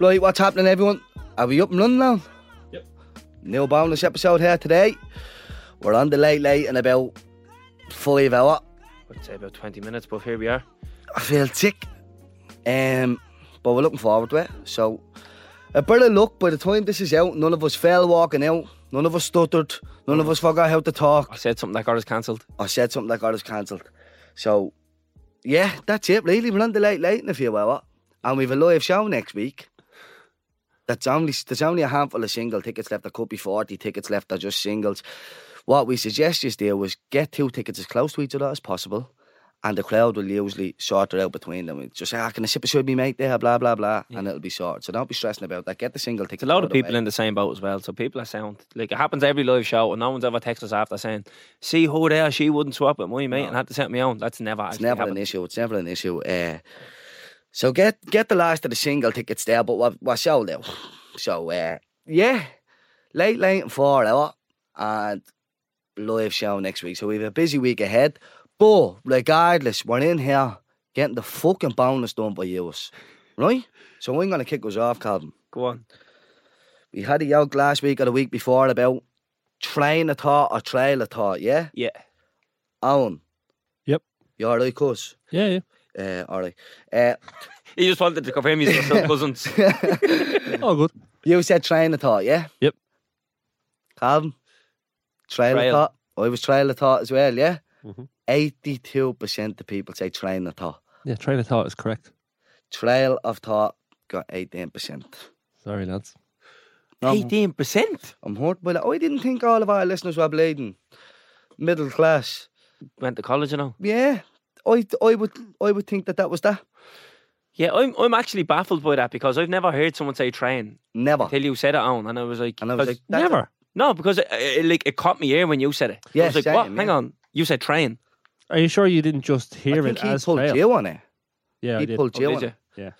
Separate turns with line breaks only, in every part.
Right, what's happening, everyone? Are we up and running now?
Yep.
New bonus episode here today. We're on the late late in about five hour.
I'd say about 20 minutes, but here we are.
I feel sick. Um, but we're looking forward to it. So, a bit of luck by the time this is out, none of us fell walking out. None of us stuttered. None of us forgot how to
I
talk.
said something that got us cancelled.
I said something that got us cancelled. So, yeah, that's it, really. We're on the late late in a few hour. And we've a live show next week. That's only there's only a handful of single tickets left. There could be 40 tickets left. They're just singles. What we suggest you do is get two tickets as close to each other as possible. And the crowd will usually sort it out between them. It's just say, ah, can I sip a show with me mate there? Blah, blah, blah. And it'll be sorted. So don't be stressing about that. Get the single ticket.
There's a lot of people in the same boat as well, so people are sound like it happens every live show, and no one's ever texted us after saying, "See who there, she wouldn't swap it, my mate," and had to set me on. That's never.
It's never an issue. It's never an issue. Uh, so get get the last of the single tickets there, but what what sold out. So uh, yeah, late late and four hour and live show next week. So we have a busy week ahead. But regardless, we're in here getting the fucking bonus done by yours, right? So I'm gonna kick us off, Calvin.
Go on.
We had a yoke last week or the week before about train a thought or trail a thought. Yeah,
Yeah.
Owen.
Yep.
You all right, cuz?
Yeah, yeah.
Uh, all right. Uh,
He just wanted to confirm he's still cousins.
All good.
You said train of thought, yeah?
Yep.
Calvin, train of
Trail.
thought. I was trail of thought as well, yeah?
Mm-hmm.
Mhm.
82% of people say train of thought.
Yeah, train of thought is correct.
Trail of thought got 18%.
Sorry, lads.
I'm,
Eighteen percent
I'm hurt by that. Oh, I didn't think all of our listeners were bleeding. Middle class.
went to college, you know.
Yeah. I, I would I would think that that was that.
Yeah, I'm I'm actually baffled by that because I've never heard someone say train
Never.
until you said it on, and I was like,
And I was
'cause-
like, that's
Never.
no, because it, it, like it caught me ear when you said it. I
Yeah,
was like, what?
same,
Hang
yeah.
on, you said train.
Are you sure you didn't just
I
hear
think
it
he
as
pulled
trail?
you on it.
Yeah, I
he
did.
pulled
Oh,
you
did
on
you?
it.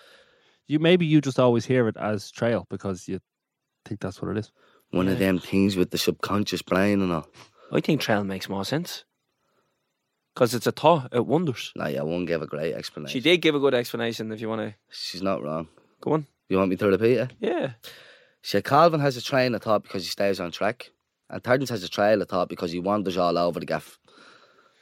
You maybe you just always hear it as trail because you think that's what it is.
One of them things with the subconscious brain and all.
I think trail makes more sense because it's a thought. It wonders.
Nah, yeah, I won't give a great explanation.
She did give a good explanation. If you want to
She's not wrong.
go on,
You want me to repeat it?
yeah,
So Calvin has a train of thought because he stays on track, and Tardens has a trail of thought because he wanders all over the gaff.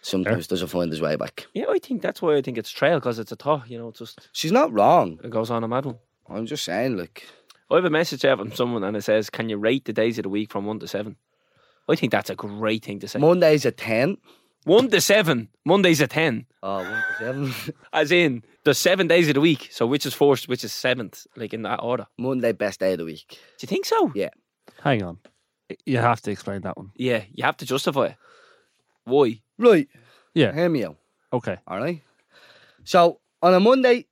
Sometimes doesn't find his way back.
yeah. I think that's why I think it's trail because it's a thought. You know, it's just
She's not wrong.
it goes on a mad one.
I'm just saying, like,
I have a message out from someone and it says, "Can you rate the days of the week from one to seven? I think that's a great thing to say.
Monday's a ten.
one to seven. Monday's a ten,
Oh, one to seven.
as in there's seven days of the week. So which is first, which is seventh, like in that order.
Monday, best day of the week.
Do you think so?
Yeah.
Hang on. You have to explain that one.
Yeah, you have to justify it. Why?
Right.
Yeah.
Hear me out.
Okay.
All right. So on a Monday.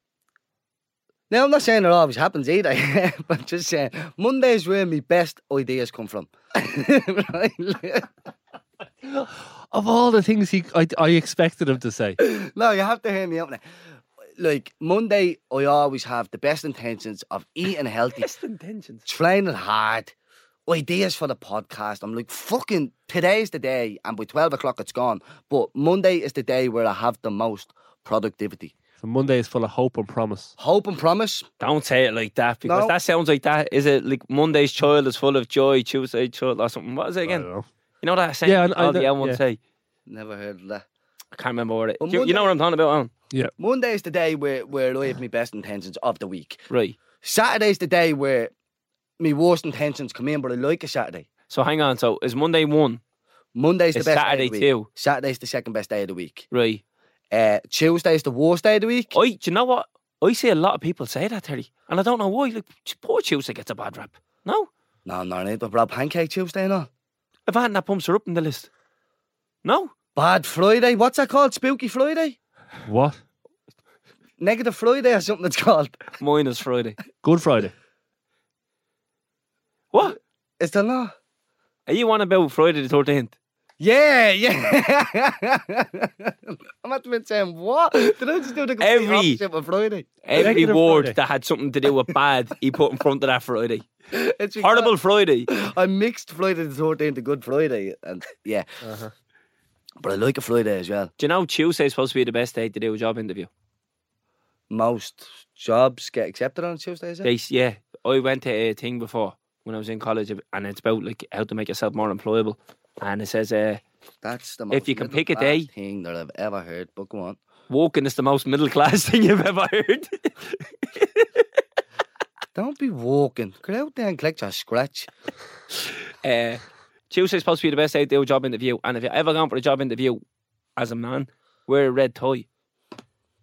Now I'm not saying it always happens either, but I'm just saying Monday is where my best ideas come from. Right?
Of all the things he, I, I expected him to say.
No, you have to hear me out now. Like Monday, I always have the best intentions of eating healthy,
Best intentions.
training hard, ideas for the podcast. I'm like, fucking today's the day, and by twelve o'clock it's gone. But Monday is the day where I have the most productivity.
So Monday is full of hope and promise.
Hope and promise.
Don't say it like that because
No.
that sounds like that. Is it like Monday's child is full of joy, Tuesday's child or something? What is it
I don't
again?
know.
You know that saying?
Yeah, I-
Yeah,
I
all
know-
the L ones
yeah.
say.
Never heard of that.
I can't remember what it.
But
Do you, you know what I'm talking about? Alan?
Monday is the day where, where I have my best intentions of the week.
Right.
Saturday's the day where my worst intentions come in, but I like a Saturday.
So hang on. So is Monday one?
Monday's the
It's
best day
Saturday
of the week.
too.
Saturday's the second best day of the week.
Right.
Uh, Tuesday is the worst day of the week.
I. Do you know what? I see a lot of people say that, Terry, and I don't know why. Like poor Tuesday gets a bad rap. No,
No, no, no, but Rob Pancake Tuesday, no.
I've had that pumps her up in the list. No,
Bad Friday. What's that called? Spooky Friday?
What?
Negative Friday or something it's called.
mine is Friday.
Good Friday.
What
Is there not?
are you on about Friday the thirteenth?
Yeah, yeah. I must have been saying, what? Did I just do the complete
Every-
opposite with Friday?
Every
Negative
word
Friday.
that had something to do with bad, he put in front of that Friday.
It's because
Horrible Friday.
I mixed Friday the 13th to Good Friday. and Yeah. But I like a Friday as well.
Do you know Tuesday's supposed to be the best day to do a job interview?
Most jobs get accepted on Tuesday, is it?
They, s- yeah, I went to a thing before when I was in college, and it's about like how to make yourself more employable. And it says, uh,
That's the most
If you can pick a
middle-class
day-
thing that I've ever heard. But go on.
"Walking is the most middle class thing you've ever heard."
Don't be walking. Get out there and collect your scratch.
uh, Tuesday's supposed to be the best day to do a job interview, and if you're ever going for a job interview as a man, wear a red tie.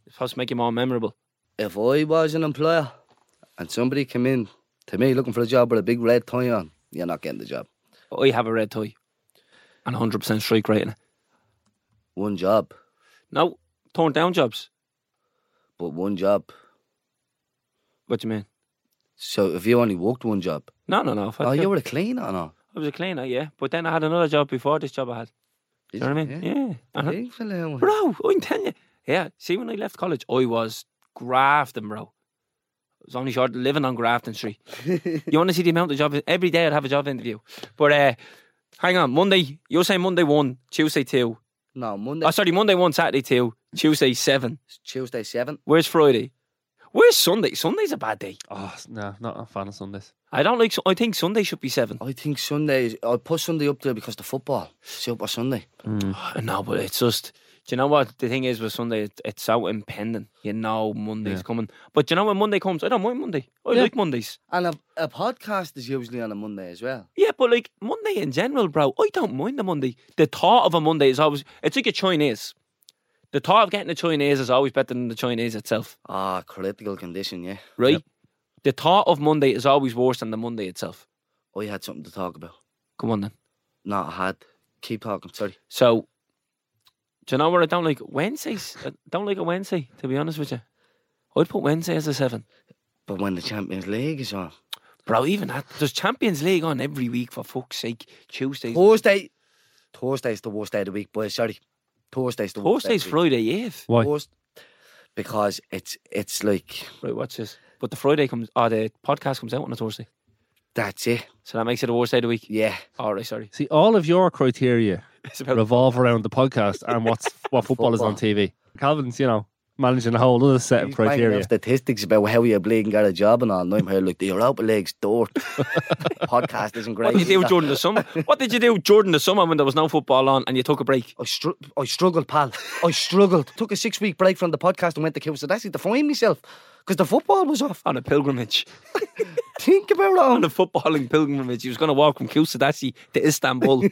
It's supposed to make you more memorable.
If I was an employer and somebody came in to me looking for a job with a big red tie on, you're not getting the job.
I have a red tie, and 100% strike rate. in it.
One job,
No, torn down jobs.
but one job.
What do you mean?
So if you only worked one job,
No, no, no. If I
oh,
do-
you were a cleaner, no?
I was a cleaner, yeah. But then I had another job before this job I had.
Did
You know what I mean?
Yeah.
Yeah. Uh-huh. And I-
Big fella, one.
Bro, I'm telling you. Yeah. See, when I left college, I was grafting, bro. I was only short of living on Grafton Street. you want to see the amount of job? Every day I'd have a job interview. But uh, hang on, Monday, you're saying Monday one, Tuesday two.
No, Monday,
Oh, sorry, Monday one, Saturday two, Tuesday seven.
Tuesday, 7.
Where's Friday? Where's Sunday? Sunday's a bad day.
Oh s- no, not a fan of Sundays.
I don't like. Su- I think Sunday should be seven.
I think Sunday is. I'll put Sunday up there because the football. Super Sunday.
Hmm.
No, but it's just. Do you know what the thing is with Sunday? It, it's so impending. You know Monday's
Yeah.
coming, but do you know when Monday comes, I don't mind Monday. I
Yeah.
like Mondays.
And a, a podcast is usually on a Monday as well.
Yeah, but like Monday in general, bro, I don't mind the Monday. The thought of a Monday is always it's like a Chinese. The thought of getting a Chinese is always better than the Chinese itself,
Ah, critical condition, yeah.
right? The thought of Monday is always worse than the Monday itself.
Oh, you had something to talk about.
Come on then.
No, I had. Keep talking, sorry.
So do you know what I don't like? Wednesdays. I don't like a Wednesday, to be honest with you. I'd put Wednesday as a seven.
But when the Champions League is on.
Bro, even that there's Champions League on every week for fuck's sake. Tuesdays.
Thursday. Thursday's the worst day of the week, boys. Sorry. Thursday's the worst
Thursday's
day. of the week.
Friday, yes.
Why?
Worst- because it's it's like
Right, watch this. But the Friday comes or the podcast comes out on a Thursday.
that's it.
So that makes it the worst day of the week.
Yeah.
All right, sorry.
See, all of your criteria
It's about
revolve around the podcast and what's what Oh. football is on TV. Calvin's, you know, managing a whole other set of
He's banging out
criteria.
Statistics about how you bleed and got a job and all. And I'm here like the Europa League's dirt. Podcast isn't great.
what did you do
either.
during the summer? What did you do during the summer when there was no football on and you took a break?
I, str- I struggled, pal. I struggled. Took a six week break from the podcast and went to Cuba. So that's it to find myself because the football was off.
On a pilgrimage,
Think about it.
on
Owen.
a footballing pilgrimage, he was going to walk from Kusadasi to Istanbul.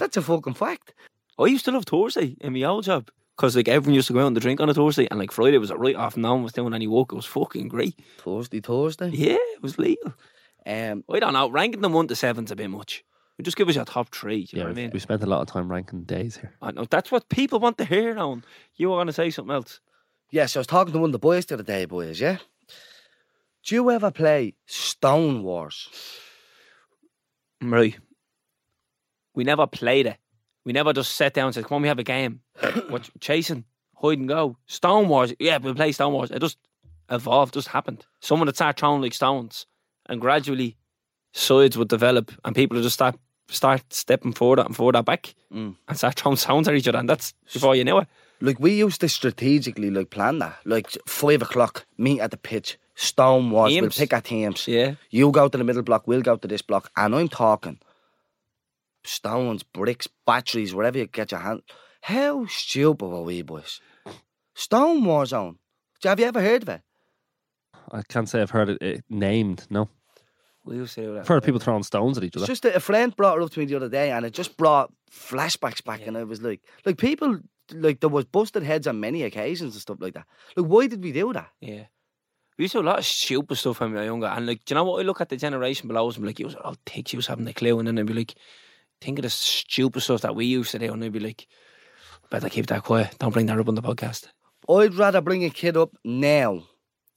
That's a fucking fact.
I used to love Thursday in my old job because like everyone used to go out and drink on a Thursday, and like Friday was a write off. No one was doing any work. It was fucking great.
Thursday, Thursday.
Yeah, it was legal.
Um,
I don't know. Ranking them one to seven's a bit much. Just give us your top three. do You
Yeah,
know what I
we,
mean?
we spent a lot of time ranking days here.
I know that's what people want to hear. On you were going to say something else.
yeah, so I was talking to one of the boys the other day, boys, yeah? Do you ever play Stone Wars?
Right. We never played it. We never just sat down and said, Come on, we have a game. what chasing, hide and go. Stone Wars. Yeah, we play Stone Wars. It just evolved, just happened. Someone that started throwing like stones and gradually sides would develop and people would just start start stepping forward and forward and back
Mm.
and start throwing stones at each other and that's before you know it.
Like, we used to strategically, like, plan that. Like, five o'clock, meet at the pitch, Stone Wars, we'll
Teams.
pick our teams.
Yeah.
You go to the middle block, we'll go to this block, and I'm talking stones, bricks, batteries, wherever you get your hand. How stupid were we, boys? Stone War Zone. Do- Have you ever heard of it?
I can't say I've heard it, it named. No,
We used to do that.
I've heard people throwing stones at each
It's
other.
just that a friend brought it up to me the other day, and it just brought flashbacks back, and I was like, like people, like there was busted heads on many occasions and stuff like that. Like, why did we do that?
Yeah. We used to do a lot of stupid stuff when we were younger. And like, do you know what? I look at the generation below us and be like, you was all takes, you was having the clue. And then I'd be like, think of the stupid stuff that we used to do. And I'd be like, better keep that quiet. Don't bring that up on the podcast.
I'd rather bring a kid up now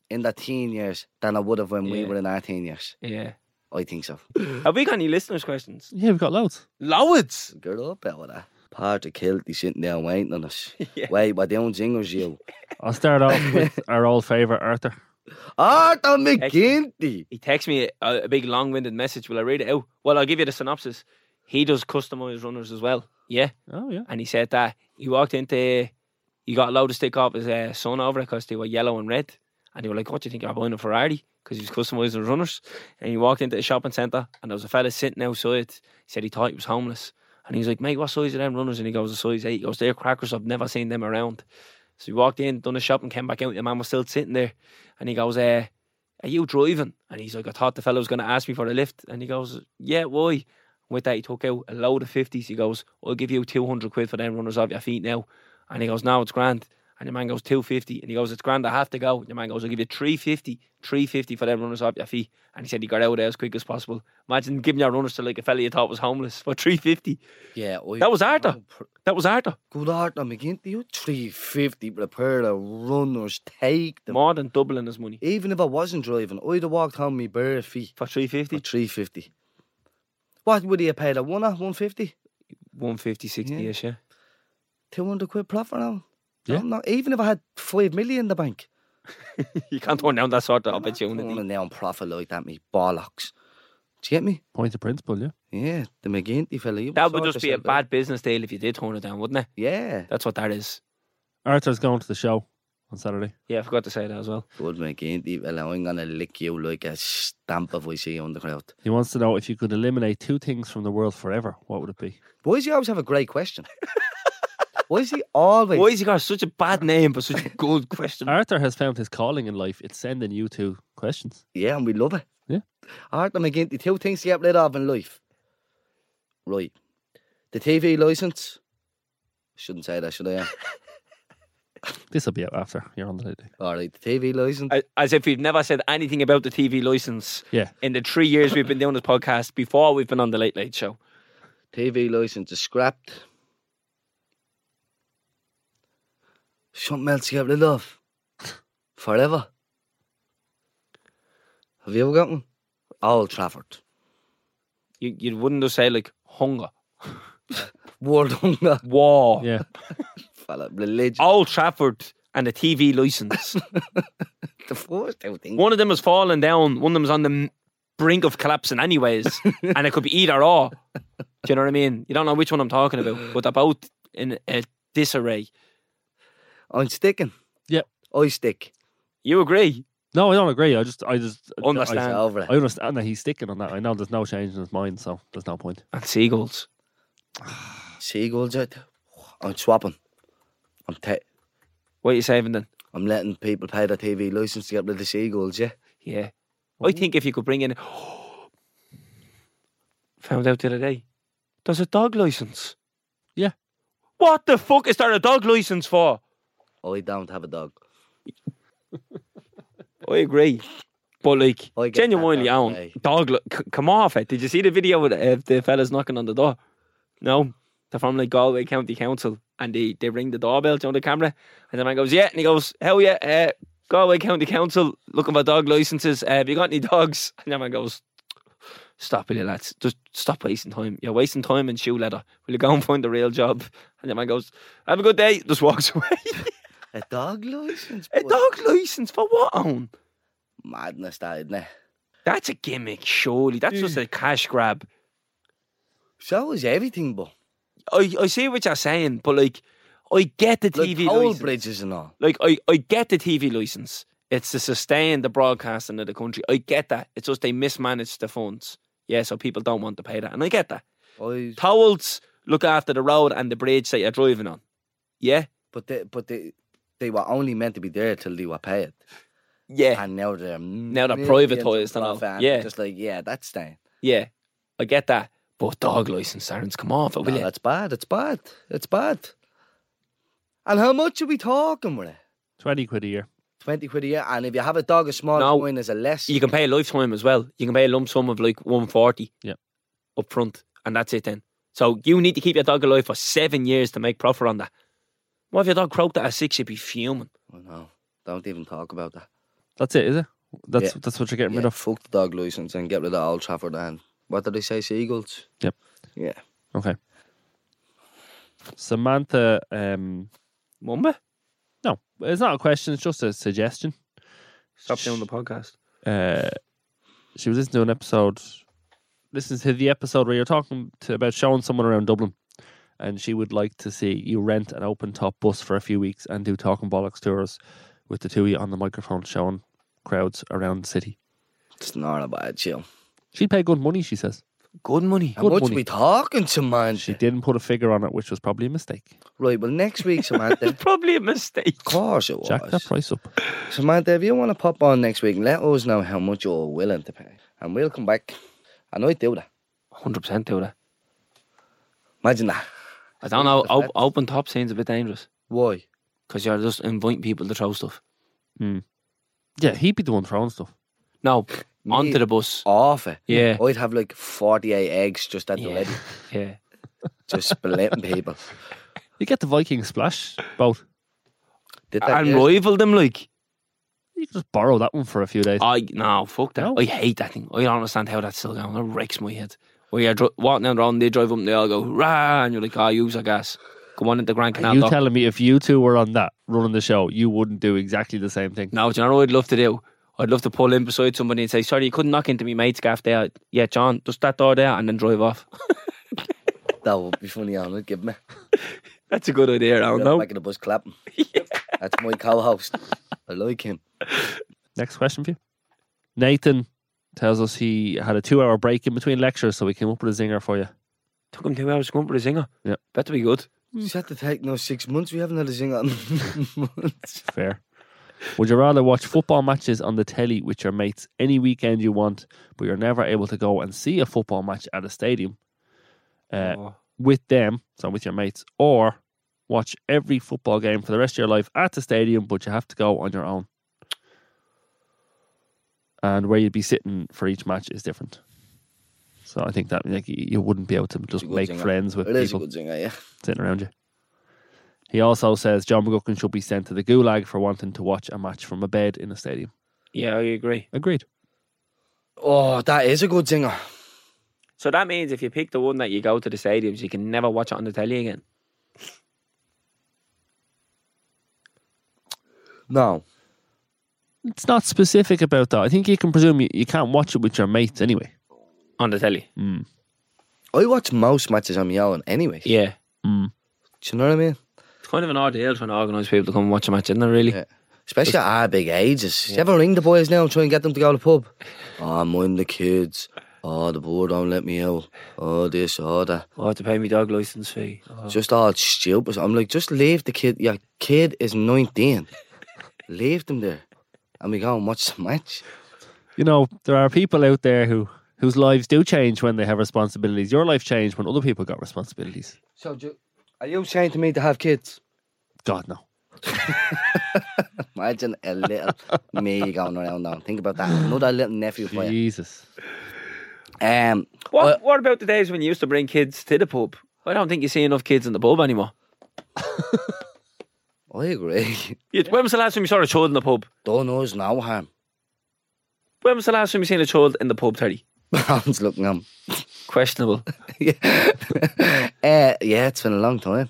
in their teen years than I would have when we
Yeah.
were in our teen years.
Yeah.
I think so.
Have we got any listeners' questions?
Yeah, we've got loads.
Loads.
Get up out of that. Part of Kilty sitting there waiting on us.
Yeah.
Wait, what the own jingles you?
I'll start off with our old favorite Arthur.
Arthur McGinty!
He texts me a, a big long winded message. Will I read it out? Well, I'll give you the synopsis. He does customized runners as well. Yeah.
Oh yeah,
And he said that he walked into, he got a load of stick off his uh, son over it because they were yellow and red. and they were like, "What do you think you're buying a Ferrari?" Because he was customizing his runners. And he walked into a shopping centre, and there was a fella sitting outside. He said he thought he was homeless, and he was like, "Mate, what size are them runners?" And he goes, "A size 8. He goes, "They're crackers. I've never seen them around." So he walked in, done the shopping, came back out. The man was still sitting there, and he goes, "Uh, are you driving?" And he's like, "I thought the fella was going to ask me for a lift." And he goes, "Yeah, why?" With that, he took out a load of fifties. He goes, "I'll give you two hundred quid for them runners off your feet now." And he goes, "No, it's grand." And the man goes, 250. And he goes, it's grand, I have to go. And the man goes, I'll give you 350, 350 for them runners off your feet. And he said he got out of there as quick as possible. Imagine giving your runners to like a fella you thought was homeless for 350.
Yeah, I-
That was Arthur.
Oh, pr-
That was Arthur.
Good Arthur McGinty, you 350 with a pair of runners, take them.
More than doubling his money
Even if I wasn't driving, I'd have walked home me bare feet
for
for
350,
350. What would he have paid a one 150?
150, 60 ish, yeah.
200 quid profit now?
Yeah.
I'm not, even if I had 5 million in the bank.
you can't turn down that sort of
I
opportunity.
want a now profit like that, me bollocks. Do you get me?
Point of principle, yeah.
Yeah, the McGinty fella. he
That would
sort
just be a
yourself out.
bad business deal if you did turn it down, wouldn't it?
Yeah,
That's what that is.
Arthur's going to the show on Saturday.
Yeah, I forgot to say that as well.
good McGinty fella. I'm going to lick you like a stamp if I see you on the crowd.
He wants to know if you could eliminate two things from the world forever, what would it be?
Why does he always have a great question? Why is he always?
Why has he got such a bad name but such a good question?
Arthur has found his calling in life. It's sending you two questions.
Yeah, and we love it.
Yeah.
Arthur McGinty, two things to get rid of in life. Right. The TV license. Shouldn't say that, should I? Em?
This will be out after you're on the lady.
All right, the TV license.
A- as if we've never said anything about the TV license
Yeah.
in the three years we've been doing this podcast before we've been on the Late Late Show.
TV license is scrapped. Something else to get rid of. Forever. Have you ever got one? Old Trafford.
You, you wouldn't just say like hunger,
World Hunger.
war,
Yeah.
Fella, religion.
Old Trafford, and a TV license.
The first two things.
one of them is falling down, one of them's on the m- brink of collapsing, anyways, and it could be either or. Do you know what I mean? You don't know which one I'm talking about, but they're both in a disarray.
I'm sticking.
Yep.
I stick.
You agree?
No, I don't agree. I just, I just I-
Understand.
I,
Over it.
I understand that he's sticking on that. I know there's no change in his mind, so there's no point.
And seagulls.
Seagulls out. there. I'm swapping. I'm te-
What are you saving then?
I'm letting people pay their TV license to get rid of the seagulls, yeah.
Yeah. I think if you could bring in. Found out the other day. There's a dog license.
Yeah.
What the fuck is there a dog license for?
I don't have a dog.
I agree. But like,
I get that
genuinely
dog,
own
aye.
dog. Li- c- come off it. Did you see the video with uh, the fellas knocking on the door? No, they're from like Galway County Council, and they they ring the doorbell on the camera, and the man goes, "Yeah," and he goes, "Hell yeah, uh, Galway County Council looking for dog licenses. Uh, have you got any dogs?" And the man goes. Stop it, lads. Just stop wasting time. You're wasting time in shoe leather. Will you go and find a real job? And the man goes, Have a good day. Just walks away.
A dog license?
a
boy?
dog license for what on?
Madness, that, isn't it?
That's a gimmick, surely. That's just a cash grab.
So is everything, but.
I, I see what you're saying, but like, I get the
Like
TV
toll
license.
bridges and all.
Like, I, I get the TV license. It's to sustain the broadcasting of the country. I get that. It's just they mismanage the funds. Yeah, so people don't want to pay that. And I get that.
I,
Towels look after the road and the bridge that you're driving on. Yeah?
but they, but they, they were only meant to be there till they were paid.
Yeah.
And now they're. Now
they're privatised and all. Yeah.
Just like, yeah, that's staying.
yeah. I get that. But dog license, Aaron's come off it, will
No,
you?
that's bad. It's bad. It's bad. And how much are we talking with it?
20 quid a year.
20 quid a year. And if you have a dog as small
No.
as mine, is a less.
You can pay a lifetime as well. You can pay a lump sum of like one forty.
Yeah.
Up front, and that's it then. So you need to keep your dog alive for seven years to make profit on that. What if your dog croaked at a six? You'd be fuming.
Oh, no, don't even talk about that.
That's it, is it? That's
Yeah.
that's what you're getting
Yeah,
rid of.
fuck the dog license and get rid of Old Trafford and what did they say? Seagulls.
Yep.
Yeah.
Okay. Samantha, um,
Mumba,
no, it's not a question. It's just a suggestion.
stop doing the podcast.
Uh, she was listening to an episode. Listen to the episode where you're talking to, about showing someone around Dublin, and she would like to see you rent an open top bus for a few weeks and do talking bollocks tours with the two of you on the microphone showing crowds around the city.
It's not a bad show.
She paid good money, she says.
Good money.
How
Good
much
money.
we talking, Samantha?
She didn't put a figure on it, which was probably a mistake.
Right, well, next week, Samantha. of
Probably a mistake.
course it was.
Jack that price up.
Samantha, if you want to pop on next week, let us know how much you're willing to pay. And we'll come back. And I do that.
100% do that.
Imagine that.
I don't know.
the
Op-
feds.
open top scene's a bit dangerous
Why?
because you're just inviting people to throw stuff.
Yeah, he'd be the one throwing stuff.
No,
Me-
onto the bus.
Off it.
Yeah.
I'd have like 48 eggs just at the
Yeah.
ready,
Yeah.
just splitting people.
You get the Viking splash boat.
Did
And
yes?
rival them like.
You can just borrow that one for a few days.
I no fuck that.
No.
I hate that thing. I don't understand how that's still going. It wrecks my head. Where you're dri- walking down the road and they drive up and they all go rah, and you're like, oh, use a gas. Come on into Grand Canal.
you
Dock."
telling me if you two were on that running the show, you wouldn't do exactly the same thing?
no, do you know what I'd love to do? I'd love to pull in beside somebody and say, sorry, you couldn't knock into me mate's gaff there. Yeah, John, just that door there, and then drive off.
That would be funny, Alan. Give me.
That's a good idea. I don't
You're
know.
Back of the bus clapping. That's my co host. I like him.
Next question for you. Nathan tells us he had a two-hour break in between lectures, so we came up with a zinger for you.
Took him two hours to come up with a singer.
Yeah.
better be good.
She's had to take no six months. We haven't had a singer in months.
Fair. Would you rather watch football matches on the telly with your mates any weekend you want, but you're never able to go and see a football match at a stadium uh,
Oh.
with them, so with your mates, or watch every football game for the rest of your life at the stadium, but you have to go on your own? And where you'd be sitting for each match is different. So I think that like, you wouldn't be able to just
a good
make
zinger.
friends with
It is a
people
good singer, yeah.
sitting around you. He also says John McGuckin should be sent to the gulag for wanting to watch a match from a bed in a stadium.
Yeah, I agree.
Agreed.
Oh, that is a good singer.
So that means if you pick the one that you go to the stadiums, you can never watch it on the telly again.
No.
It's not specific about that. I think you can presume you, you can't watch it with your mates anyway.
On the telly.
Mm.
I watch most matches on my own anyway.
Yeah.
Mm.
Do you know what I mean?
It's kind of an ordeal trying to organise people to come and watch a match, isn't it, really?
Yeah. Especially at our big ages. You ever ring the boys now and try and get them to go to the pub? Oh, mind the kids. Oh, the board don't let me out. Oh, this, oh, that.
I have to pay my dog licence fee. Oh.
Just all stupid. I'm like, just leave the kid. Your kid is 19. leave them there. And we go and watch the match.
You know, there are people out there who whose lives do change when they have responsibilities. Your life changed when other people got responsibilities.
So, do, are you saying to me to have kids?
God no.
Imagine a little me going around now. Think about that. Another little nephew for you.
Jesus.
Um,
What, what about the days when you used to bring kids to the pub? I don't think you see enough kids in the pub anymore.
I agree.
You- When was the last time you saw a child in the pub?
Don't know us no harm.
When was the last time you seen a child in the pub, Terry?
Brown's looking on.
Questionable.
Uh, yeah, it's been a long time.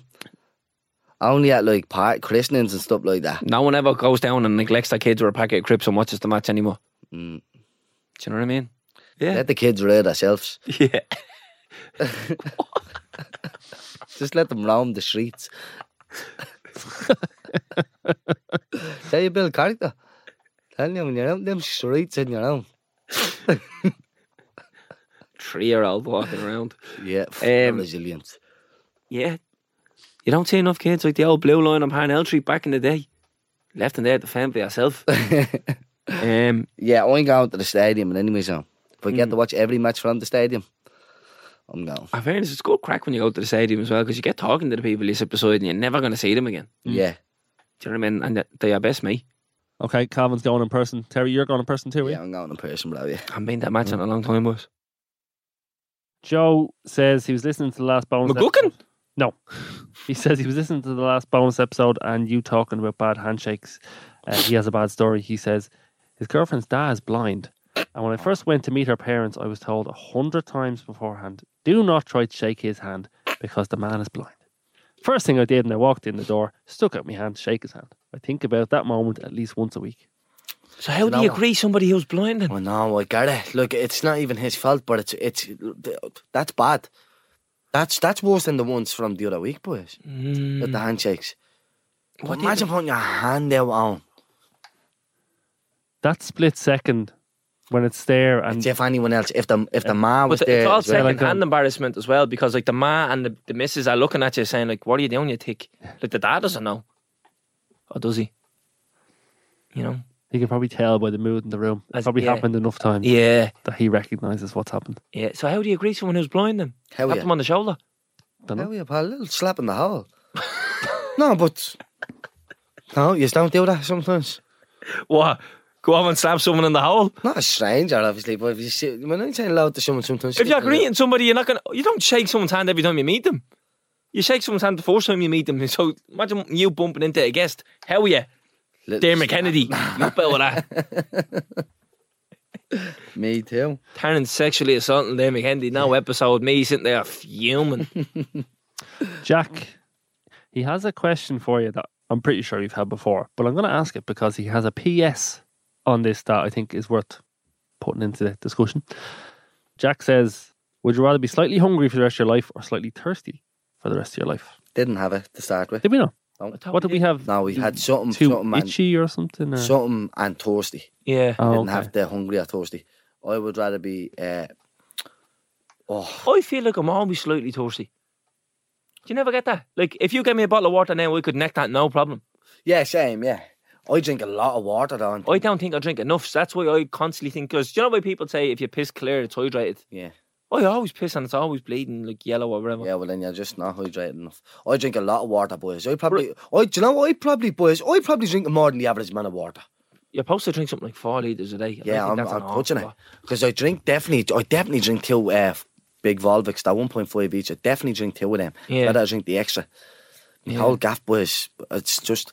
Only at like part christenings and stuff like that.
No one ever goes down and neglects their kids or a packet of crips and watches the match anymore.
Mm.
Do you know what I mean? Yeah.
Let the kids rear themselves.
Yeah.
Just let them roam the streets. There you build character. Tell you when you're out in them streets and you're out.
Three year old walking around.
Yeah, f-
Um,
resilience.
Yeah. You don't see enough kids like the old blue line on Parnell Street back in the day. Left in there to fend for yourself. um,
Yeah, I'm going to the stadium and anyway, so if I
Hmm.
get to watch every match from the stadium, I'm going.
in fairness, it's good crack when you go to the stadium as well because you get talking to the people you sit beside and you're never going to see them again.
Yeah.
Do you know what I mean? And they are best mate.
Okay, Calvin's going in person. Terry, you're going in person too, are you?
Yeah, I'm going in person, bro. Yeah.
I haven't been to that match in a long time, boys.
Joe says he was listening to the last bonus.
McGuckin?
episode- No, he says he was listening to the last bonus episode and you talking about bad handshakes. Uh, he has a bad story. He says his girlfriend's dad is blind, and when I first went to meet her parents, I was told a hundred times beforehand, "Do not try to shake his hand because the man is blind." First thing I did when I walked in the door, stuck out my hand, to shake his hand. I think about that moment at least once a week.
So, how do
know
you
what?
agree somebody who's blind then?
Well, Oh, no, I get it. Look, it's not even his fault, but it's it's that's bad. That's that's worse than the ones from the other week, boys. With the handshakes.
Mm. Hmm. What do you
Imagine putting your hand out on.
that split second when it's there and
It's if anyone else, if the if the man was
But
there,
it's all
as well.
like
second hand
a-
embarrassment as well because like the ma and the, the missus are looking at you saying like, "What are you doing? You tick?" Like the dad doesn't know, or does he? You know?
he can probably tell by the mood in the room. It's
As-
probably
yeah.
happened enough times
Yeah,
that he recognizes what's happened.
yeah. So how do you greet someone who's blind? Then
Hell
tap
yeah.
them on the shoulder.
Dunno.
Hell yeah, pal. A little slap in the hole.
No, but no, you just don't do that sometimes.
What? Go off and slap someone in the hole.
Not a stranger, obviously, but if you see, when I'm saying hello to someone, sometimes
If you're
agree,
greeting somebody, you're not gonna. You don't shake someone's hand every time you meet them. You shake someone's hand the first time you meet them. So imagine you bumping into a guest. Hell yeah, Dermot Kennedy. you bet with that.
Me too.
Taryn sexually assaulting Dermot Kennedy. No episode. Me sitting there fuming.
Jack, he has a question for you that I'm pretty sure you've had before, but I'm going to ask it because he has a PS on this that I think is worth putting into the discussion. Jack says, Would you rather be slightly hungry for the rest of your life or slightly thirsty for the rest of your life?
Didn't have it to start with.
Did we know? What
do
did we have?
No, we had something,
Too
something, and,
itchy or something? Or?
something and thirsty.
Yeah.
Oh,
Didn't
okay.
have the hungry or thirsty. I would rather be. Uh, oh,
I feel like I'm always slightly thirsty. Do you never get that? Like, if you gave me a bottle of water now, I could neck that no problem.
yeah, same. Yeah, I drink a lot of water though. and-
I don't think I drink enough. So that's why I constantly think, because do you know why people say if you piss clear, it's hydrated?
Yeah.
I always piss and it's always bleeding, like yellow or whatever.
Yeah, well then you're just not hydrated enough. I drink a lot of water, boys. I probably, I do you know what? I probably, boys, I probably drink more than the average man of water.
You're supposed to drink something like four litres a day. I
Yeah,
don't
I'm,
think that's an
I'm
awful
touching it
lot.
because I drink definitely. I definitely drink two uh, big Volvics, that 1.5 each. I definitely drink two of them.
Yeah.
But uh, I drink the extra. The
Yeah.
whole gaff, boys. It's just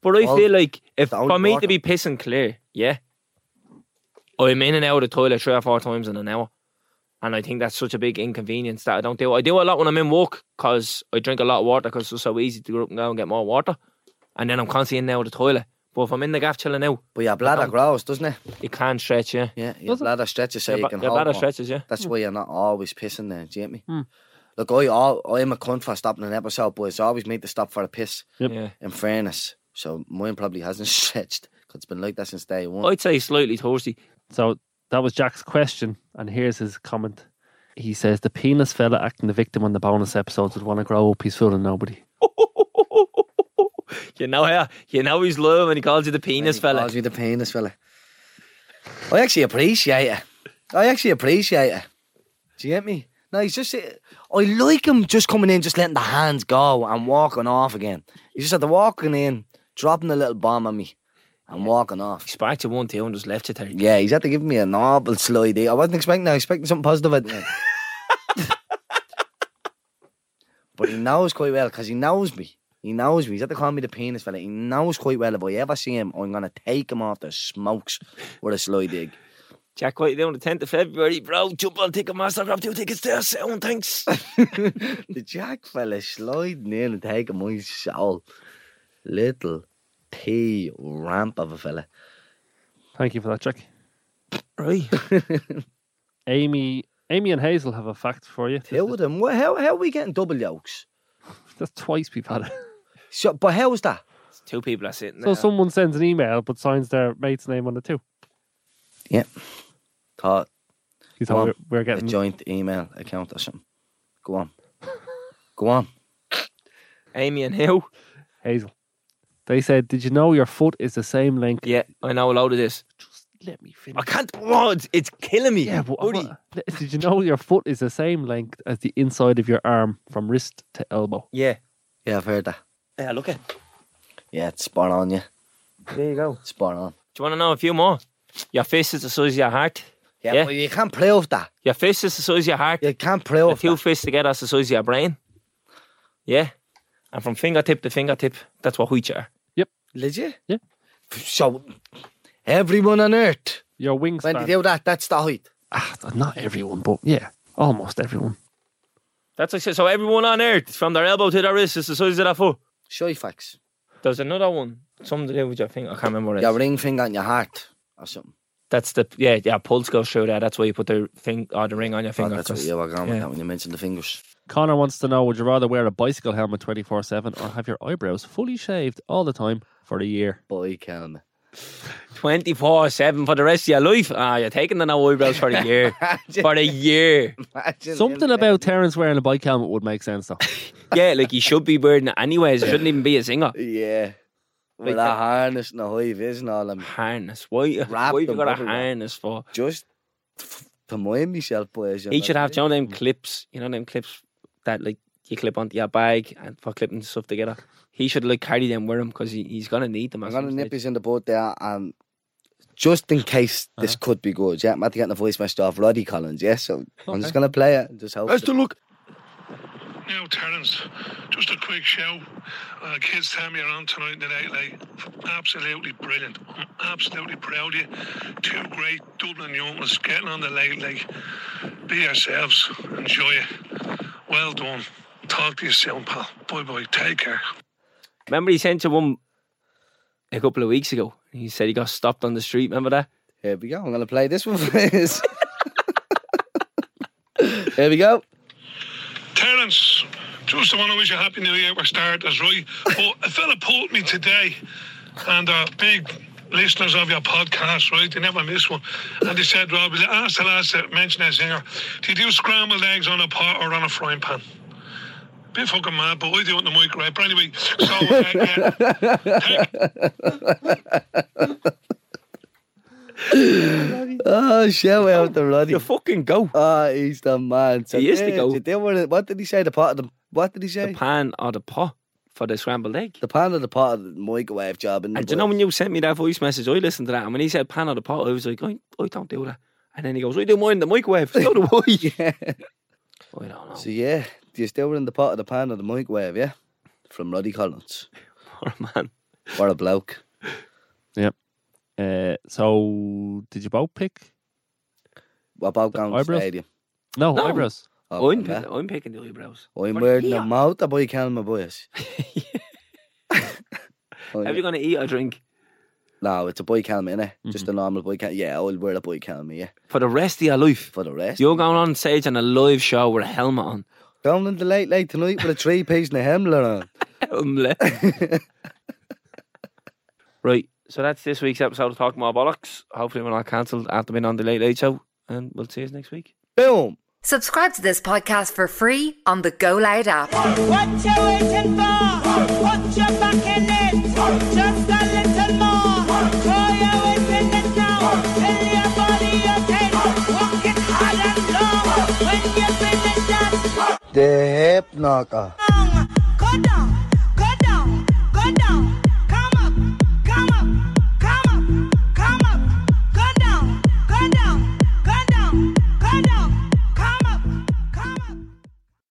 But I
Well,
feel like if
the old
for me
water.
to be pissing clear, yeah, I'm in and out of the toilet three or four times in an hour, and I think that's such a big inconvenience that I don't do. I do a lot when I'm in work because I drink a lot of water because it's so easy to go up and go and get more water, and then I'm constantly in and out of the toilet. But if I'm in the gaff chilling out,
But your bladder
don't-
grows, doesn't it?
you can stretch, yeah.
Yeah, your
Does it?
bladder stretches so
Your,
you
ba-
can
your
hold
bladder
more.
stretches, yeah.
That's why you're not always pissing there, do you get me?
Mm.
Look, I, al- I am a cunt for stopping an episode, boys. I always make the stop for a piss,
Yep.
Yeah,
in fairness. So mine probably hasn't stretched 'cause it's been like that since day one.
I'd say slightly thirsty.
So that was Jack's question, and here's his comment. He says the penis fella acting the victim on the bonus episodes would want to grow up. He's fooling nobody.
you know how you know he's low when he calls you the penis
He
fella.
Calls me the penis fella. I actually appreciate it. I actually appreciate it. Do you get me? No, he's just. uh, I like him just coming in, just letting the hands go and walking off again. He's just at the walking in, dropping a little bomb on me, and walking off.
He sparked you one two and just left you there.
Yeah, he's had to give me a novel slidey. I wasn't expecting that. I was expecting something positive at the end. but he knows quite well because he knows me. He knows me. He's had to call me the penis fella. He knows quite well if I ever see him, I'm going to take him off the smokes with a slide dig.
Jack White down the 10th of February, bro. Jump on Ticketmaster, grab two tickets there, sound, thanks.
the Jack fella sliding in and taking my soul. Little T ramp of a fella.
Thank you for that, Jack.
right.
Amy, Amy and Hazel have a fact for you. This
Two
is-
of them. What, how, how are we getting double yolks?
That's twice we've had it.
So, but how's that?
It's two people are sitting
So
there.
someone sends an email but signs their mate's name on it too.
Thought
He's
Go on.
we're, we're
a
getting
joint email account or something. Go on. Go on.
Amy and Hill.
Hazel. They said, "Did you know your foot is the same length?"
Yeah, I know a load of this.
Just let me finish.
I can't. Oh, it's, it's killing me.
Yeah, but I
Buddy.
wa- did you know your foot is the same length as the inside of your arm from wrist to elbow?
Yeah.
Yeah, I've heard that.
Yeah, look at.
Yeah, it's spot on, yeah.
There you go.
Spot on.
Do you want to know a few more? Your fist is the size of your heart.
Yeah,
Yeah.
Well, you can't prove that.
Your fist is the size of your heart.
You can't
The
prove
two
that.
fists together is the size of your brain. Yeah. And from fingertip to fingertip, that's what we are.
Legit?
Yeah.
So, everyone on earth,
Your
when they
wingspan.
do that, that's the height.
Ah, not everyone, but yeah, almost everyone.
That's what I said. So everyone on earth, from their elbow to their wrist, is the size of their foot.
Shy facts.
There's another one. Something to do with your finger. I can't remember what it is.
Your ring finger and your heart or something. Oh,
That's the yeah, yeah. Pulse goes through there. That's why you put the thing or the ring on your
Oh,
finger.
that's what
'cause-
you were going with
yeah.
that when you mentioned the fingers.
Connor wants to know: Would you rather wear a bicycle helmet twenty four seven or have your eyebrows fully shaved all the time for a year?
Boy, can
24 7 for the rest of your life. Ah, you're taking the no eyebrows for a year. for a year.
Imagine him
Something
there.
about Terence wearing a bike helmet would make sense, though.
Yeah, like he should be wearing it anyways. He shouldn't even be a singer.
Yeah. With
Like
a
that.
harness and a high vis and all. I'm
Harness. Why, why
Wrap
have you
them
got a
properly.
harness for?
just f- to mind myself, boys. you
He
know.
should have, do you know them clips? You know them clips that like you clip onto your bag and for clipping stuff together? He should like carry them with him because he, he's going to need them. at
I'm
some
going to nip
stage.
us in the boat there. And just in case this could be good, yeah, I'm about to get the voice message off Roddy Collins, yeah? So I'm just going to play it. and Just hope.
to look.
Now, Terence, just a quick shout. Uh, kids tell me you're on tonight in the night like absolutely brilliant. I'm absolutely proud of you. Two great Dublin youngsters getting on the late like. Be yourselves. Enjoy it. Well done. Talk to you soon, pal. Bye bye. Take care.
Remember he sent you one a couple of weeks ago? He said he got stopped on the street. Remember that?
Here we go. I'm going to play this one for us. Here we go.
Terence, just want to wish you a happy new year. We're starters, right? But a fella pulled Oh, me today, and uh, big listeners of your podcast, right? They never miss one. And they said, Rob, ask the last that mentioned that singer, do you do scrambled eggs on a pot or on a frying pan? Bit fucking mad, but I do it in the microwave. But anyway, so. Uh, uh,
Oh, shout out to Roddy.
fucking go.
Oh, he's the man. So
He is the
there,
goat.
so there were- What did he say? The part of the. What did he say?
The pan or the pot for the scrambled egg.
The pan of the part of the microwave job. In the
And do you know when you sent me that voice message, I listened to that. And when he said pan or the pot, I was like, I, I don't do that. And then he goes, I do mine in the microwave. So do I.
yeah.
I don't know.
So yeah, you're still in the part of the pan of the microwave, yeah? From Roddy Collins.
Poor man.
What a bloke.
Uh, so, did you both pick?
What about going to the
eyebrows?
stadium?
No,
No.
eyebrows.
Oh,
I'm,
man.
pick, I'm picking the eyebrows.
I'm
But
wearing
here-
a motorbike helmet, boys. Oh,
Have
yeah.
you going to eat or drink
No, it's a bike helmet, innit? Just a normal bike helmet. Yeah, I'll wear a bike helmet, yeah.
for the rest of your life?
For the rest.
You're going on stage on a live show with a helmet on.
Down in the late, late tonight with a three piece and a hemler on.
Helmet. right. So that's this week's episode of Talk More Bollocks. Hopefully we're not cancelled after being on the Late Late Show. And we'll see you next week.
Boom!
Subscribe to this podcast for free on the Go Loud app.
What you waiting for? Put your back in it. Just a little more. Throw your weight in it now. Fill your body up and walk it hard and long. When you finish that
The hip knocker.
song, go down, go down, go down.